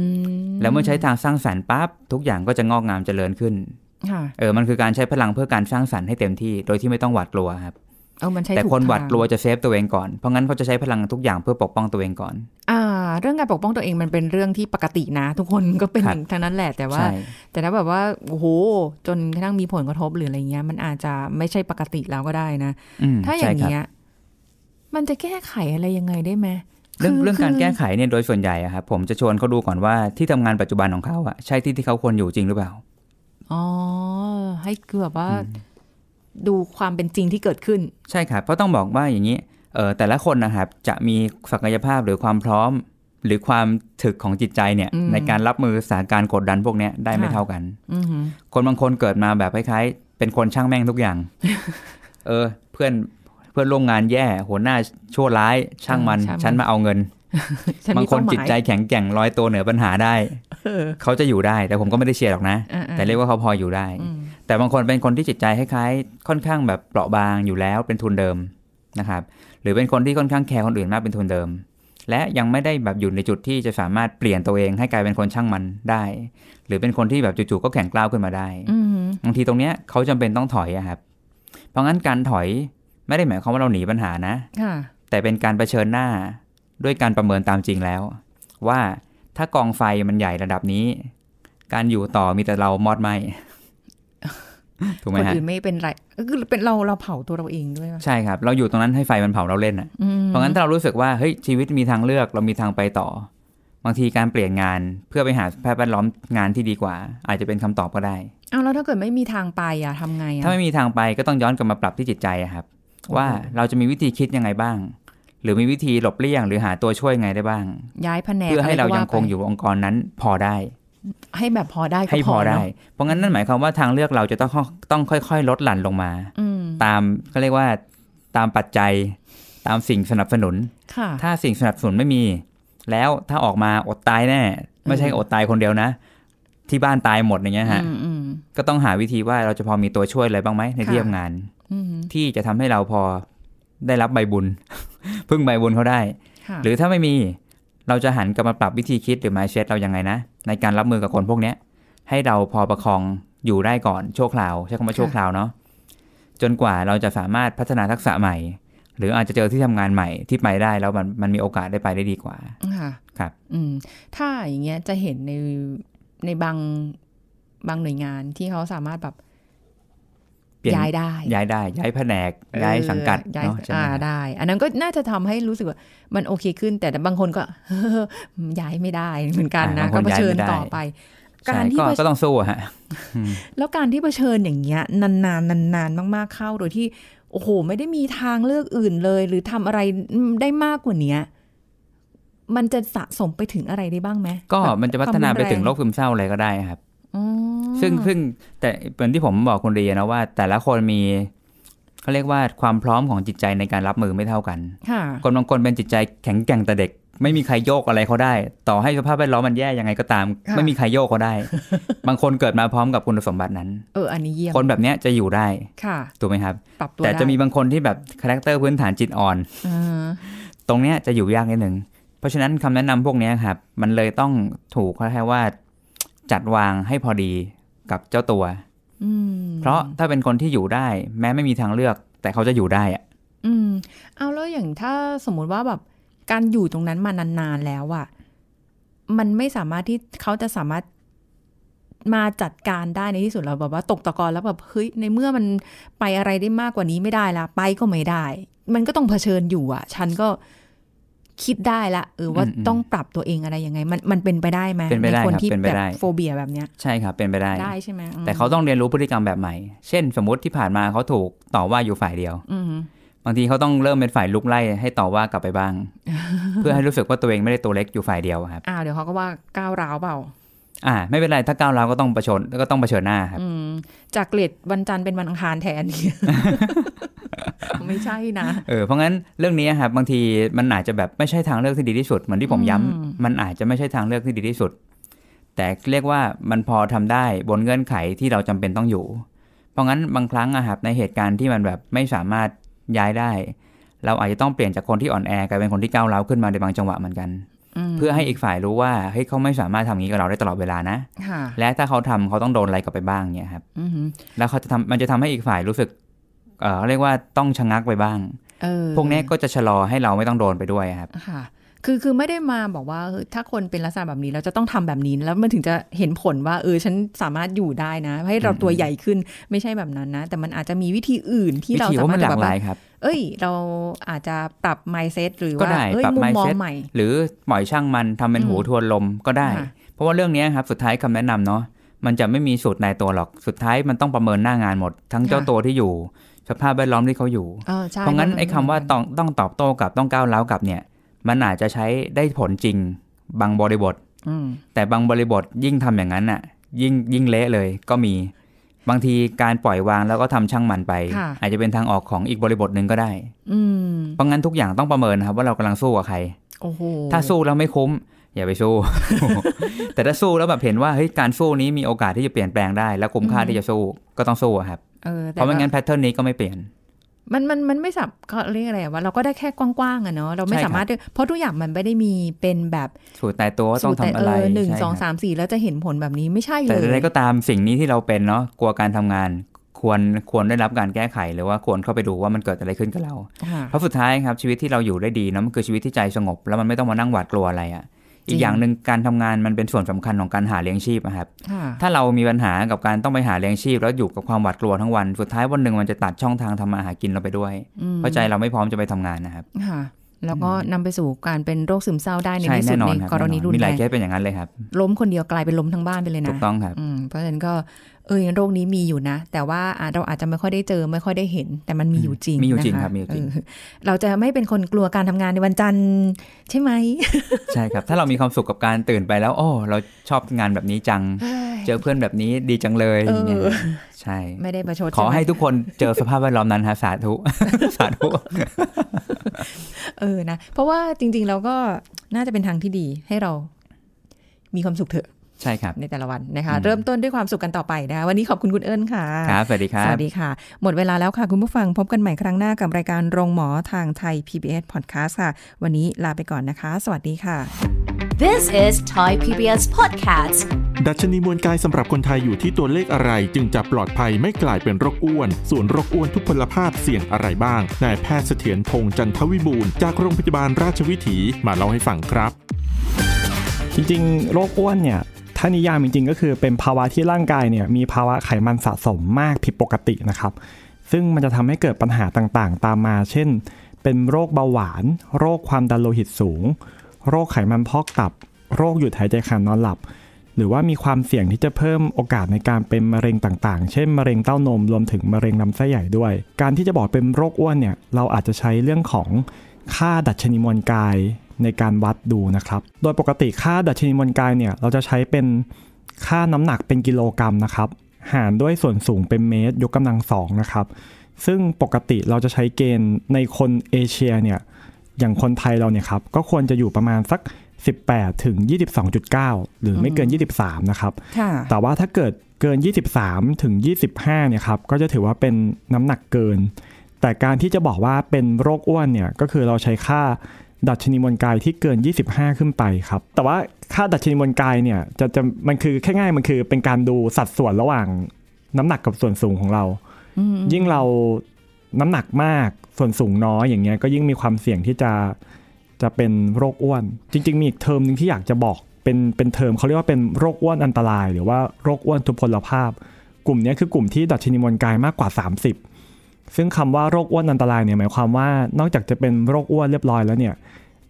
Speaker 4: ม
Speaker 2: แล้วเมื่อใช้ทางสร้างสรรค์ปั๊บทุกอย่างก็จะงอกงามเจริญขึ้น
Speaker 4: ค่ะ
Speaker 2: เออ มันคือการใช้พลังเพื่อการสร้างสรรค์ให้เต็มที่ โดยที่ไม่ต้องหวาดกลัวครับ
Speaker 4: เอามันใช้
Speaker 2: แต่
Speaker 4: ถู
Speaker 2: คนหวาด
Speaker 4: ทง
Speaker 2: กลัวจะเซฟตัวเองก่อน เพราะงั้นเขาจะใช้พลังทุกอย่างเพื่อปกป้องตัวเองก่อน
Speaker 4: อ่า เรื่องการปกป้องตัวเองมันเป็นเรื่องที่ปกตินะ ทุกคนก็เป็น
Speaker 2: ค
Speaker 4: อ
Speaker 2: รับ
Speaker 4: ย่างทั้งนั้นแหละแต่ว่า
Speaker 2: ใช่
Speaker 4: แต่ถ้าแบบว่าโอ้โหจนกระทั่งมีผลกระทบหรืออะไรเงี้ย มันอาจจะไม่ใช่ปกติแล้วก็ได้นะ
Speaker 2: อืม
Speaker 4: ถ้าอย่าง
Speaker 2: ใช่ครับ
Speaker 4: เงี้ยมันจะแก้ไขอะไรยังไงได้ไหม
Speaker 2: เรื่อง
Speaker 4: คื
Speaker 2: เรื่องการ
Speaker 4: คื
Speaker 2: แก้ไขเนี่ยโดยส่วนใหญ่อะครับผมจะชวนเขาดูก่อนว่าที่ทำงานปัจจุบันของเขาอะใช่ที่ที่เขาควรอยู่จริงหรือเปล่า
Speaker 4: อ๋อ ให้คือแบบว่า
Speaker 2: อืม
Speaker 4: ดูความเป็นจริงที่เกิดขึ้น
Speaker 2: ใช่ครับเพราะต้องบอกว่าอย่างนี้เออแต่ละคนนะครับจะมีศักยภาพหรือความพร้อม หรือความถึกของจิตใจเนี่ย
Speaker 4: อืม
Speaker 2: ในการรับมือสถานการณ์กดดันพวกเนี้ยได้ไม่
Speaker 4: ค่ะ
Speaker 2: เท่ากัน
Speaker 4: อือหือ
Speaker 2: คนบางคนเกิดมาแบบคล้ายๆ เป็นคนช่างแม่งทุก อย่าง เออ เพื่อนเพื่อนร่วมงานแย่หัวหน้าชั่วร้ายช่างมัน
Speaker 4: ช่างมัน
Speaker 2: ฉันมาเอาเงิน
Speaker 4: ฉั
Speaker 2: บางคน
Speaker 4: มีเป้หมย
Speaker 2: จิตใจแข็งแกร่งลอยตัวเหนือปัญหาได้
Speaker 4: เออ
Speaker 2: เขาจะอยู่ได้แต่ผมก็ไม่ได้เชียร์หรอกนะ
Speaker 4: อ่าๆ
Speaker 2: แต่เรียกว่าเขาพออยู่ได้
Speaker 4: อืม
Speaker 2: แต่บางคนเป็นคนที่จิตใจคล้ายๆ ค่อนข้างแบบเปราะบางอยู่แล้วเป็นทุนเดิมนะครับ หรือเป็นคนที่ค่อนข้างแคร์คนอื่นมากเป็นทุนเดิม และยังไม่ได้แบบอยู่ในจุดที่จะสามารถเปลี่ยนตัวเองให้กลายเป็นคนช่างมันได้ หรือเป็นคนที่แบบจู่ๆก็แข็งกล้าวขึ้นมาได้
Speaker 4: อือหือบ
Speaker 2: างทีตรงเนี้ยเขาจำเป็นต้องถอยอะครับ เพราะงั้นการถอยไม่ได้หมายความว่าเราหนีปัญหานะ
Speaker 4: ค่ะ
Speaker 2: แต่เป็นการรเผชิญหน้าด้วยการประเมินตามจริงแล้ว ว่าถ้ากองไฟมันใหญ่ระดับนี้ การอยู่ต่อมีแต่เรามอดไหม ถูกไหม
Speaker 4: คน
Speaker 2: ฮะ
Speaker 4: อื่นไม่เป็นไรก็คือเป็นเราเราเผาตัวเราเองด้วยป่ะ
Speaker 2: ใช่ครับ เราอยู่ตรงนั้นให้ไฟมันเผาเราเล่นอ่ะ
Speaker 4: อืม
Speaker 2: เพราะงั้นถ้าเรารู้สึกว่าเฮ้ยชีวิตมีทางเลือกเรามีทางไปต่อ บางทีการเปลี่ยนงานเพื่อไปหาแพทย์แวดล้อมงานที่ดีกว่า อาจจะเป็นคำตอบก็ได้
Speaker 4: เอาแล้วถ้าเกิดไม่มีทางไปอ่ะทำไงอ่ะ
Speaker 2: ถ้าไม่มีทางไปก็ต้องย้อนกลับมาปรับที่จิตใจอะครับ ว่าเราจะมีวิธีคิดยังไงบ้าง หรือมีวิธีหลบเลี่ยง หรือหาตัวช่วยยังไงได้บ้าง
Speaker 4: ย้ายแผนก
Speaker 2: เพื่อให้เรา
Speaker 4: ะไก็ว่
Speaker 2: ยังคง
Speaker 4: ไป
Speaker 2: อยู่องค์กรนั้นพอได้
Speaker 4: ให้แบบพอได้ก็
Speaker 2: ให้พอได้
Speaker 4: เนอะ
Speaker 2: เพราะงั้นนั่นหมายความว่าทางเลือกเราจะต้องค่อยต้องค่อย ๆ ลดหลั่นลงมา
Speaker 4: อืม
Speaker 2: ตามก็เรียกว่าตามปัจจัย ตามสิ่งสนับสนุน
Speaker 4: ค่ะ
Speaker 2: ถ้าสิ่งสนับสนุนไม่มี แล้วถ้าออกมาอดตายแน่ ไม่ใช่
Speaker 4: อืม
Speaker 2: อดตายคนเดียวนะ ที่บ้านตายหมดอย่างเงี้ยฮะ
Speaker 4: อืมอืม
Speaker 2: ก็ต้องหาวิธีว่าเราจะพอมีตัวช่วยอะไรบ้างไหมในที่
Speaker 4: ค่ะ
Speaker 2: ทำงาน
Speaker 4: อืม
Speaker 2: ที่จะทำให้เราพอได้รับใบบุญ พึ่งใบบุญเขาได้
Speaker 4: ค่ะ
Speaker 2: หรือถ้าไม่มีเราจะหันกลับมาปรับวิธีคิดหรือ mindset เรายังไงนะ ในการรับมือกับคนพวกเนี้ย ให้เราพอประคองอยู่ได้ก่อนชั่วคราว ใช้คำว่าชั่วคราวเนาะจนกว่าเราจะสามารถพัฒนาทักษะใหม่ หรืออาจจะเจอที่ทำงานใหม่ที่ไปได้แล้วมันมันมีโอกาสได้ไปได้ดีกว่า
Speaker 4: ค่ะ
Speaker 2: ครับ
Speaker 4: อืม ถ้าอย่างเงี้ยจะเห็นในในบางบางหน่วยงานที่เขาสามารถแบบ
Speaker 2: เปลี่ยน
Speaker 4: ย้ายได้
Speaker 2: ย้ายได้ ย้ายแผนก ย้ายสังกัด
Speaker 4: เออย้าย
Speaker 2: เนาะใช่ไหม
Speaker 4: อ่าได้ อันนั้นก็น่าจะทำให้รู้สึกว่ามันโอเคขึ้น แต่บางคนก็ ย้ายไม่ได้เหมือนกันนะ
Speaker 2: าบางค
Speaker 4: ก็
Speaker 2: น
Speaker 4: เผ
Speaker 2: ย้าย
Speaker 4: ชิ
Speaker 2: ไม่
Speaker 4: ญ
Speaker 2: ได้
Speaker 4: ต่อไป
Speaker 2: ใช่
Speaker 4: การที่
Speaker 2: ก็
Speaker 4: เผชิญ
Speaker 2: ก็ต้องสู้อะฮะ
Speaker 4: แล้วการที่เผชิญอย่างเงี้ยนานๆนานๆ มากๆเข้าโดยที่ โอ้โห ไม่ได้มีทางเลือกอื่นเลย หรือทำอะไรได้มากกว่าเนี้ยมันจะสะสมไปถึงอะไรได้บ้างไหม
Speaker 2: ก็
Speaker 4: แบบ
Speaker 2: มันจะพัฒนาไปถึงโร
Speaker 4: คว
Speaker 2: คซึ
Speaker 4: ม
Speaker 2: มเศร้าอะไรก็ได้ครับ
Speaker 4: อ๋อ
Speaker 2: ซึ่งซึ่งแต่เหมือนที่ผมบอกคุณเรียนะว่า แต่ละคนมีเขาเรียกว่าความพร้อมของจิตใจในการรับมือไม่เท่ากัน
Speaker 4: ค่ะ
Speaker 2: คนบางคนเป็นจิตใจแข็งแกร่งแต่เด็ก ไม่มีใครโยกอะไรเขาได้ ต่อให้สภาพแวดล้อมมันแย่ยังไงก็ตาม ไม่มีใครโยกเขาได้ บางคนเกิดมาพร้อมกับคุณสมบัตินั้น
Speaker 4: เอออันนี้เยี่ยม
Speaker 2: คนแบบเนี้ยจะอยู่ได้
Speaker 4: ค่ะ
Speaker 2: ถูกไหมครับ
Speaker 4: ปรับตัว
Speaker 2: แต่จะมี
Speaker 4: ได้
Speaker 2: บางคนที่แบบคาแรคเตอร์พื้นฐานจิตอ่อน
Speaker 4: อ่า
Speaker 2: ตรงเนี้ยจะอยู่ยากนิดหนึ่งเพราะฉะนั้นคำแนะนำพวกเนี้ยครับมันเลยต้องถูกเขาเรียกว่าจัดวางให้พอดีกับเจ้าตัว
Speaker 4: อืม
Speaker 2: เพราะถ้าเป็นคนที่อยู่ได้ แม้ไม่มีทางเลือก แต่เขาจะอยู่ได้อะ
Speaker 4: อืม เอาแล้วอย่างถ้าสมมุติว่าแบบการอยู่ตรงนั้นมานานๆแล้วอะมันไม่สามารถที่เขาจะสามารถมาจัดการได้ในที่สุดเราแบบว่าตกตะกอนแล้วแบบเฮ้ยในเมื่อมันไปอะไรได้มากกว่านี้ไม่ได้ละไปก็ไม่ได้ มันก็ต้องเผชิญอยู่อะฉันก็คิดได้ละเออว่าต้องปรับตัวเองอะไรยังไง มันมันเป็นไปได้ไหมในคนที่แบบโฟเบียแบบเนี้ย
Speaker 2: ใช่ครับเป็นไปได้
Speaker 4: ได้ใช่ไหม
Speaker 2: แต่เขาต้องเรียนรู้พฤติกรรมแบบใหม่ เช่น สมมติที่ผ่านมาเขาถูกต่อว่าอยู่ฝ่ายเดียว
Speaker 4: อืม
Speaker 2: บางทีเขาต้องเริ่มเป็นฝ่ายลุกไล่ให้ต่อว่ากลับไปบ้าง เพื่อให้รู้สึกว่าตัวเองไม่ได้ตัวเล็กอยู่ฝ่ายเดียวอะครับ
Speaker 4: อ้าวเดี๋ยวเขาก็ว่าก้าวร้าวเปล่า
Speaker 2: อ่า ไม่เป็นไรถ้าก้าวร้าวก็ต้องประชนก็ต้องเผชิญหน้าครับ
Speaker 4: อืมจากเกลียดวันจันทร์เป็นวันอังคารแทน ไม่ใช่นะ
Speaker 2: เออเพราะงั้นเรื่องนี้ครับบางทีมันอาจจะแบบไม่ใช่ทางเลือกที่ดีที่สุดเหมือนที่ผมย้ำ
Speaker 4: อืม
Speaker 2: มันอาจจะไม่ใช่ทางเลือกที่ดีที่สุด แต่เรียกว่ามันพอทำได้บนเงื่อนไขที่เราจำเป็นต้องอยู่ เพราะงั้นบางครั้งอะครับในเหตุการณ์ที่มันแบบไม่สามารถย้ายได้ เราอาจจะต้องเปลี่ยนจากคนที่อ่อนแอกลายเป็นคนที่ก้าวร้าวขึ้นมาในบางจังหวะเหมือนกัน
Speaker 4: ม
Speaker 2: เพื่อให้อีกฝ่ายรู้ว่าเฮ้ยเขาไม่สามารถทำอย่างนี้กับเราได้ตลอดเวลานะ
Speaker 4: ค่ะ
Speaker 2: และถ้าเขาทำเขาต้องโดนอะไรกลับไปบ้างเนี่ยครับ
Speaker 4: อือหือ
Speaker 2: แล้วเขาจะทำมันจะทำให้อีกฝ่ายรู้สึกเออเรียกว่าต้องชะงักไปบ้าง
Speaker 4: เออ
Speaker 2: พวกเนี้ยก็จะชะลอให้เราไม่ต้องโดนไปด้วยครับ
Speaker 4: ค่ะ คือ คือไม่ได้มาบอกว่าเออถ้าคนเป็นลักษณะแบบนี้เราจะต้องทำแบบนี้ แล้วมันถึงจะเห็นผลว่า เออ ฉันสามารถอยู่ได้นะ ให้เรา
Speaker 2: อืม
Speaker 4: ตัวใหญ่ขึ้น ไม่ใช่แบบนั้นนะ แต่มันอาจจะมีวิธีอื่นที่
Speaker 2: วิ
Speaker 4: เรา
Speaker 2: ธีว่าม
Speaker 4: สาาร
Speaker 2: มันห
Speaker 4: ถ
Speaker 2: ลา
Speaker 4: แบ
Speaker 2: ก
Speaker 4: บ
Speaker 2: หลา
Speaker 4: ว่าย
Speaker 2: ครับ
Speaker 4: เอ้ย เราอาจจะปรับ mindset หรือ
Speaker 2: ก็
Speaker 4: ว่า
Speaker 2: ได้
Speaker 4: เอ้ย
Speaker 2: ปรับ
Speaker 4: มุมมอง
Speaker 2: mindset
Speaker 4: ใหม่
Speaker 2: หรือปล่อยช่างมันทำเป็น
Speaker 4: อืม
Speaker 2: หูทวนลมก็ได้
Speaker 4: ค่ะ
Speaker 2: เพราะว่าเรื่องเนี้ยครับสุดท้ายคำแนะนำเนาะมันจะไม่มีสูตรนายตัวหรอกสุดท้ายมันต้องประเมินหน้างานหมด ทั้งเจ้าตัวที่อยู่ สภาพแวดล้อมที่เขาอยู่
Speaker 4: เออใช่
Speaker 2: เพราะงั้นไอ้คำว่าต้องต้องตอบโต้กลับต้องก้าวร้าวกลับเนี่ย มันอาจจะใช้ได้ผลจริงบางบริบท
Speaker 4: อืม
Speaker 2: แต่บางบริบทยิ่งทำอย่างนั้นน่ะ ยิ่งยิ่งเละเลยก็มี บางทีการปล่อยวางแล้วก็ทำช่างมันไป อาจจะเป็นทางออกของอีกบริบทหนึ่งก็ได้
Speaker 4: อืม
Speaker 2: เพราะงั้นทุกอย่างต้องประเมินนะครับว่าเรากำลังสู้กับใคร
Speaker 4: โอ้โห
Speaker 2: ถ้าสู้แล้วไม่คุ้ม อย่าไปสู้ แต่ถ้าสู้แล้วแบบเห็นว่าเฮ้ยการสู้นี้มีโอกาสที่จะเปลี่ยนแปลงได้ และคุ้มค่าที่จะสู้ก็ต้องสู้อะครับ
Speaker 4: เออแต่
Speaker 2: เพราะไม่
Speaker 4: ว่า
Speaker 2: งั้นแพทเทิร์นนี้ก็ไม่เปลี่ยน
Speaker 4: มันมันมันไม่สับเขาเรียกอะไรอะว่าเราก็ได้แค่กว้างๆอะเนาะเราไม่
Speaker 2: ใช่ครับ
Speaker 4: สามารถได้เพราะทุกอย่างมันไม่ได้มีเป็นแบบ
Speaker 2: สูตรตายตัวว่าต้อง
Speaker 4: แต่
Speaker 2: ทำอะไร
Speaker 4: เออหนึ่ง
Speaker 2: ใช่
Speaker 4: สอง
Speaker 2: ครับ
Speaker 4: สามสี่แล้วจะเห็นผลแบบนี้ไม่ใช่เล
Speaker 2: แต่
Speaker 4: ย
Speaker 2: ใดๆก็ตามสิ่งนี้ที่เราเป็นเนาะกลัวการทำงาน ควรควรได้รับการแก้ไขหรือว่าควรเข้าไปดูว่ามันเกิดอะไรขึ้นกับเรา
Speaker 4: ค่ะ
Speaker 2: เพราะสุดท้ายครับชีวิตที่เราอยู่ได้ดีเนอะมันคือชีวิตที่ใจสงบ แล้วมันไม่ต้องมานั่งหวาดกลัวอะไรอะ่ะ อีกอย่างหนึ่งการทำงานมันเป็นส่วนสำคัญของการหาเลี้ยงชีพนะครับ
Speaker 4: ค่ะ
Speaker 2: ถ้าเรามีปัญหากับการต้องไปหาเลี้ยงชีพ แล้วอยู่กับความหวาดกลัวทั้งวัน สุดท้ายวันหนึ่งมันจะตัดช่องทางทำมาหากินเราไปด้วย
Speaker 4: อืม
Speaker 2: เพราะใจเราไม่พร้อมจะไปทำงานนะครับ
Speaker 4: ค่ะ แล้วก็นำไปสู่การเป็นโรคซึมเศร้าได้ใน
Speaker 2: ใช่
Speaker 4: ที่สุ
Speaker 2: แน่น
Speaker 4: ด
Speaker 2: อ
Speaker 4: ใน
Speaker 2: นครับ
Speaker 4: กรณี
Speaker 2: แน่นอน
Speaker 4: รุน
Speaker 2: มีห
Speaker 4: แร
Speaker 2: ลาย
Speaker 4: ง
Speaker 2: เคสเป็นอย่างนั้นเลยครับ
Speaker 4: ล้มคนเดียวกลายเป็นล้มทั้งบ้านไปเลย
Speaker 2: ถูก
Speaker 4: นะ
Speaker 2: ต้องครับ
Speaker 4: อืมเพราะฉะนั้นก็เออโรคนี้มีอยู่นะ แต่ว่าอ่ะเราอาจจะไม่ค่อยได้เจอไม่ค่อยได้เห็น แต่มันมีอยู่จริง
Speaker 2: มีอยู่จริง
Speaker 4: นะะ
Speaker 2: ครับมีอยู่จริง
Speaker 4: เเราจะไม่เป็นคนกลัวการทำงานในวันจันทร์ใช่ไหม
Speaker 2: ใช่ครับถ้าเรามีความสุขกับการตื่นไปแล้วโอ้เราชอบงานแบบนี้จัง เจอเพื่อนแบบนี้ดีจังเลย
Speaker 4: เออ
Speaker 2: ย่างเงี้ยใช่
Speaker 4: ไม่ได้ประชด
Speaker 2: ขอ
Speaker 4: ช่ไม
Speaker 2: ให้ทุกคนเจอสภาพแวดล้อมนั้นฮะสาธุ สาธุ
Speaker 4: เออนะเพราะว่าจริงๆเราก็น่าจะเป็นทางที่ดีให้เรามีความสุขเถอะ
Speaker 2: ใช่ครับ
Speaker 4: ในแต่ละวันนะคะ
Speaker 2: อืม
Speaker 4: เริ่มต้นด้วยความสุขกันต่อไปนะคะวันนี้ขอบคุณคุณเอิญค่ะ
Speaker 2: ครับ สวัสดีครั
Speaker 4: ส
Speaker 2: บ
Speaker 4: วัสดีค่ะ หมดเวลาแล้วค่ะ คุณผู้ฟังพบกันใหม่ครั้งหน้ากับรายการโรงหมอทางไทย PBS Podcast ค่ะ วันนี้ลาไปก่อนนะคะ สวัสดีค่ะ
Speaker 1: This is Thai PBS Podcast.
Speaker 5: ดัชนีมวลกายสำหรับคนไทยอยู่ที่ตัวเลขอะไร จึงจะปลอดภัยไม่กลายเป็นโรคอ้วน ส่วนโรคอ้วนทุกพลภาพเสี่ยงอะไรบ้างนายแพทย์เสถียรพงษ์จันทวิบูลย์จากโรงพยาบาลราชวิถีมาเล่าให้ฟังครับ
Speaker 6: จริงๆ โรคอ้วนเนี่ย ถ้านิยามจริงๆ ก็คือเป็นภาวะที่ร่างกายเนี่ยมีภาวะไขมันสะสมมากผิดปกตินะครับ ซึ่งมันจะทำให้เกิดปัญหาต่างๆ ตามมา เช่น เป็นโรคเบาหวาน โรคความดันโลหิตสูง โรคไขมันพอกตับ โรคหยุดหายใจขาดนอนหลับ หรือว่ามีความเสี่ยงที่จะเพิ่มโอกาสในการเป็นมะเร็งต่างๆ เช่นมะเร็งเต้านมรวมถึงมะเร็งลำไส้ใหญ่ด้วย การที่จะบอกเป็นโรคอ้วนเนี่ย เราอาจจะใช้เรื่องของค่าดัชนีมวลกายในการวัดดูนะครับ โดยปกติค่าดัชนีมวลกายเนี่ย เราจะใช้เป็นค่าน้ำหนักเป็นกิโลกรัมนะครับ หารด้วยส่วนสูงเป็นเมตร ยกกำลังสองนะครับ ซึ่งปกติเราจะใช้เกณฑ์ในคนเอเชียเนี่ย อย่างคนไทยเราเนี่ยครับ ก็ควรจะอยู่ประมาณสัก 18 ถึง 22.9 หรือไม่เกิน 23 นะครับ
Speaker 4: ค่ะ
Speaker 6: แต่ว่าถ้าเกิดเกิน 23 ถึง 25 เนี่ยครับ ก็จะถือว่าเป็นน้ำหนักเกิน แต่การที่จะบอกว่าเป็นโรคอ้วนเนี่ย ก็คือเราใช้ค่าดัชนีมวลกายที่เกิน 25 ขึ้นไปครับ แต่ว่าค่าดัชนีมวลกายเนี่ย จะจะมันคือแค่ง่ายมันคือเป็นการดูสัดส่วนระหว่างน้ำหนักกับส่วนสูงของเรา ยิ่งเราน้ำหนักมากส่วนสูงน้อยอย่างเงี้ยก็ยิ่งมีความเสี่ยงที่จะจะเป็นโรคอ้วน จริง ๆ มีอีกเทอมหนึ่งที่อยากจะบอกเป็นเป็นเทอมเขาเรียกว่าเป็นโรคอ้วนอันตราย หรือว่าโรคอ้วนทุพพลภาพ กลุ่มเนี้ยคือกลุ่มที่ดัชนีมวลกายมากกว่า 30 ซึ่งคำว่าโรคอ้วนอันตรายเนี่ยหมายความว่านอกจากจะเป็นโรคอ้วนเรียบร้อยแล้วเนี่ย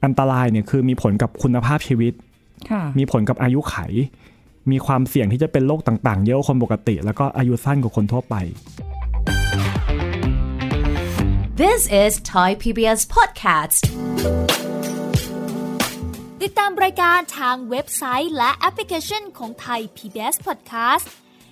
Speaker 6: อันตรายเนี่ยคือมีผลกับคุณภาพชีวิต
Speaker 4: ค่ะ
Speaker 6: มีผลกับอายุไข มีความเสี่ยงที่จะเป็นโรคต่างๆ เยอะกว่าคนปกติ แล้วก็อายุสั้นกว่าคนทั่วไป
Speaker 1: This is Thai PBS Podcast.
Speaker 7: ติดตามรายการทางเว็บไซต์และแอปพลิเคชันของไทย PBS Podcast